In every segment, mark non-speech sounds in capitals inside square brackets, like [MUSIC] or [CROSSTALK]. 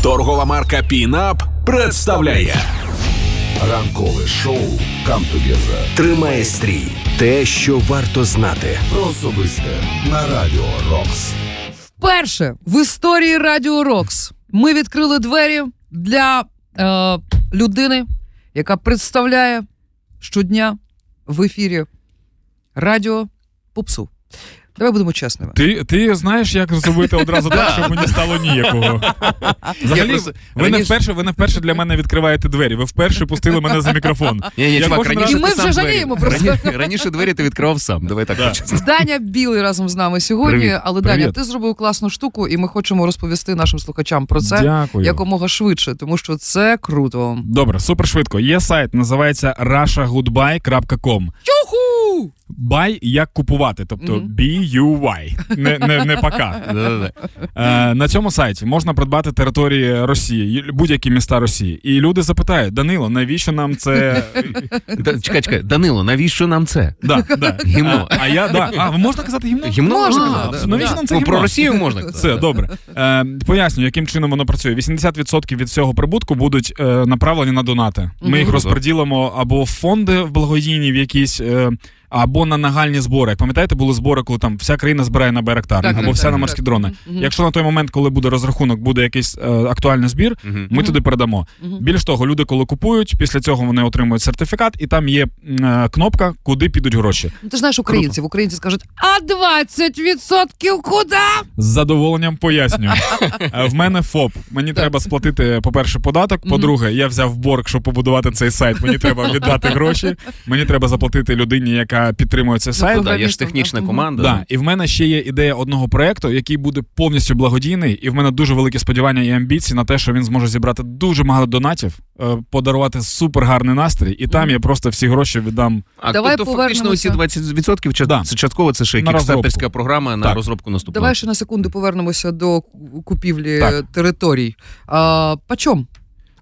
Торгова марка Пінап представляє Ранкове шоу «Come Together» Тримає стрій. Те, що варто знати. про особисте на радіо Рокс. Перше в історії Радіо Рокс ми відкрили двері для е, людини, яка представляє щодня в ефірі Радіо Попсу. Давай будемо чесними. Ти, ти знаєш, як зробити одразу так, щоб мені стало ніякого. Я Взагалі, просто- ви не раніше- вперше, ви не вперше для мене відкриваєте двері. Ви вперше пустили мене за мікрофон. Ні, ні, Я чувак, кожен раніше раз- І ми ти сам вже двері- жаліємо просто. Рані- Раніше двері ти відкривав сам. Давай так. Да. почесно. Даня Білий разом з нами сьогодні, Привіт. але Привіт. Даня, ти зробив класну штуку, і ми хочемо розповісти нашим слухачам про це Дякую. якомога швидше, тому що це круто. Добре, супер швидко. Є сайт, називається russiagoodbye.com. Чуху! Buy як купувати, тобто Мгм. B-U-Y, не, не, не пока. [LAUGHS] Да-да-да. Е, на цьому сайті можна придбати території Росії, й- будь-які міста Росії. І люди запитають: Данило, навіщо нам це? Та- Чекай, чекай, Данило, навіщо нам це? Да, [LAUGHS] да. Гімно. А, а я да. А Ну, можна казати гімно? Гімно Можна, можна? да, да, да. Навіщо да. нам це Ну, гімно? Про Росію можна. казати. Це добре. Е, поясню, яким чином воно працює. 80% від цього прибутку будуть е, направлені на донати. Ми їх Ну Круто. розподілимо або в фонди в благодійні, в якісь. Е, або на нагальні збори. Як пам'ятаєте, були збори, коли там вся країна збирає на Байрактар, Так, або так, вся так, на так. морські дрони. Мгм. Якщо на той момент, коли буде розрахунок, буде якийсь е, актуальний збір, Мгм. ми туди передамо. Мгм. Більш того, люди, коли купують, після цього вони отримують сертифікат, і там є м, е, кнопка, куди підуть гроші. Ну, Ти ж знаєш українців, українці скажуть, а 20% куди? З задоволенням пояснюю. Е, В мене ФОП. Мені треба сплатити, по-перше, податок. По-друге, я взяв борг, щоб побудувати цей сайт. Мені треба віддати гроші. Мені треба заплатити людині, яка підтримує цей сайт. Ну, Да, Є ж технічна Мгм. команда. Да, і в мене ще є ідея одного проекту, який буде повністю благодійний, і в мене дуже великі сподівання і амбіції на те, що він зможе зібрати дуже багато донатів, е, подарувати супер гарний настрій, і там я просто всі гроші віддам. А Давай тобто фактично повернемося. усі 20% ча- Да. це частково це ще На кікстартерська розробку. програма на Так. розробку наступного. Давай ще на секунду повернемося до ку- купівлі Так. е, територій. А, почом?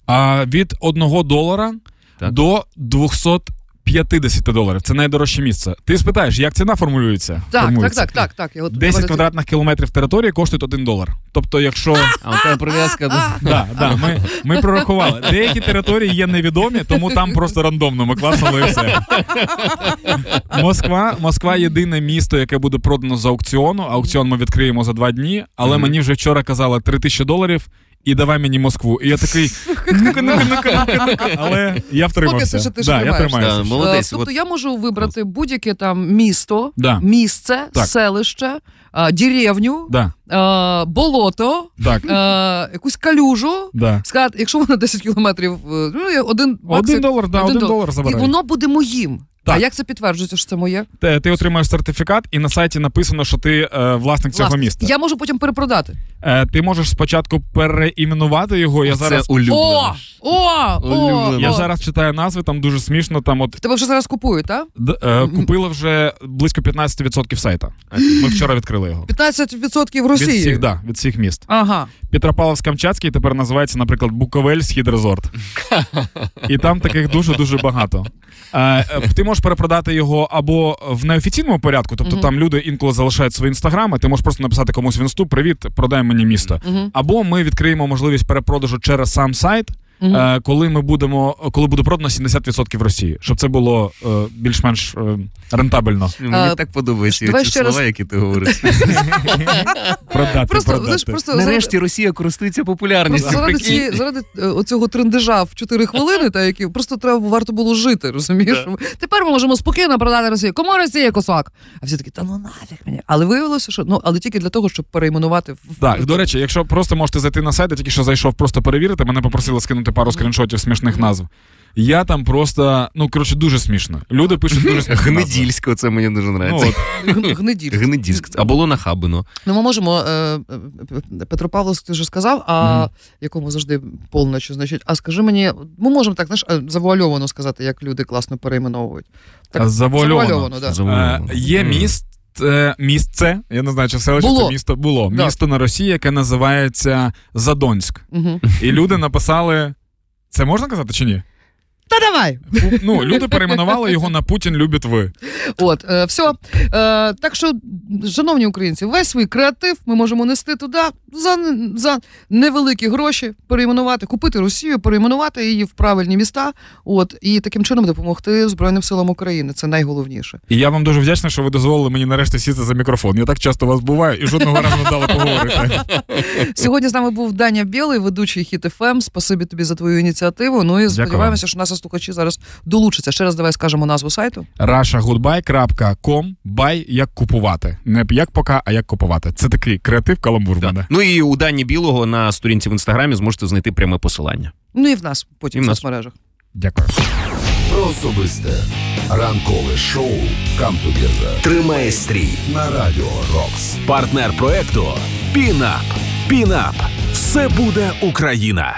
А від 1 долара Так. до 250 доларів. Це найдорожче місце. Ти спитаєш, як ціна формулюється? Так, так, Формується. так, так, так. Я от 10 мене- квадратних кілометрів території коштує 1 долар. Тобто, якщо А от та прив'язка до да, да, ми, [LAUGHS] ми прорахували, деякі території є невідомі, тому там просто рандомно ми класили і все. Москва, Москва єдине місто, яке буде продано з аукціону. Аукціон ми відкриємо за два дні, але Мгм. мені вже вчора казали 3 тисячі доларів. І давай мені Москву. І я такий. Ну-ка, ну-ка, ну-ка, ну-ка, ну-ка. Але я втримався. що ти ж да, я тримаєшся. тримаюся. Да, Е, молодець. Тобто От- я можу вибрати будь-яке там місто, Да, місце, Так. селище, е, деревню, да, е, болото, так, е, якусь калюжу. да. Сказати, якщо [LAUGHS] воно 10 кілометрів, е, ну, я один, Один баксик, долар, да, один один долар. долар і забирай. воно буде моїм. Так. А як це підтверджується, що це моє? Те, ти отримаєш сертифікат, і на сайті написано, що ти е, власник цього Власне, міста. Я можу потім перепродати. Е, ти можеш спочатку переіменувати його. Я Це зараз О! улюблено. О! О! Улюблено. я о. зараз читаю назви, там дуже смішно. Там от Тебе вже зараз купують, так? д- е, купила вже близько 15% сайта. Ми вчора відкрили його. 15% Від Росії. всіх, да, від всіх міст. Ага. Петропавловськ-Камчатський тепер називається, наприклад, Буковель Схід Резорт. [LAUGHS] І там таких дуже дуже багато. Е, е, ти можеш перепродати його або в неофіційному порядку, тобто Мгм. там люди інколи залишають свої інстаграми. Ти можеш просто написати комусь в інсту, привіт, продай мені місто. Мгм. Або ми відкриємо можливість перепродажу через сам сайт. Мгм. Е, коли ми будемо, коли буде продано 70% Росії, щоб це було е, більш-менш е, рентабельно. А, Мені так подобаються давай ці ще раз- слова, які ти говориш. Просто, Продати, продати. знаєш, просто заради, Нарешті Росія користується просто популярністю. заради, прикинь. цієї- заради е, оцього трендежа в 4 хвилини, та які просто треба варто було жити, розумієш? Тепер ми можемо спокійно продати Росію. Кому Росія косак? А всі такі, та ну нафіг мені. Але виявилося, що ну але тільки для того, щоб перейменувати в Так, до речі, якщо просто можете зайти на сайт, я тільки що зайшов просто перевірити, мене попросили скинути пару скріншотів смішних назв. Я там просто, ну коротше, дуже смішно. Люди пишуть [LAUGHS] дуже смішно. Гнедільсько, це мені дуже Ну, подобається. от. Гн- гнеділь. Гнедільськ. А було нахабино. Ну, ми можемо. Е, е, Петро Павловськ ти вже сказав, а якому завжди полночі, значить, а скажи мені, ми можемо так, знаєш, е, завуальовано сказати, як люди класно перейменовують. Так, А, Е, завуальовано. да. Е, є міст, е, місце, я не знаю, чи селище Було. це місто було. Да. Місто на Росії, яке називається Задонськ. Мгм. І люди написали. Це можна казати чи ні? Та давай. Ну, люди перейменували його на Путін любить ви. От, е, все. Е, так що, шановні українці, весь свій креатив ми можемо нести туди за, за невеликі гроші, перейменувати, купити Росію, перейменувати її в правильні міста. От, і таким чином допомогти Збройним силам України. Це найголовніше. І я вам дуже вдячний, що ви дозволили мені нарешті сісти за мікрофон. Я так часто у вас буваю і жодного разу не дали поговорити. Сьогодні з нами був Даня Білий, ведучий хіт ФМ. Спасибі тобі за твою ініціативу. Ну і сподіваємося, що наші слухачі зараз долучаться. Ще раз давай скажемо назву сайту. russiagoodbye.com Buy як купувати. Не як пока, а як купувати. Це такий креатив каламбур в Да. мене. Ну і у Дані Білого на сторінці в інстаграмі зможете знайти пряме посилання. Ну і в нас потім І в в нас. соцмережах. Дякую. Про особисте. Ранкове шоу Come Together Тримає стрій. на Радіо Рокс. Партнер проекту Пінап. Пінап. Все буде Україна.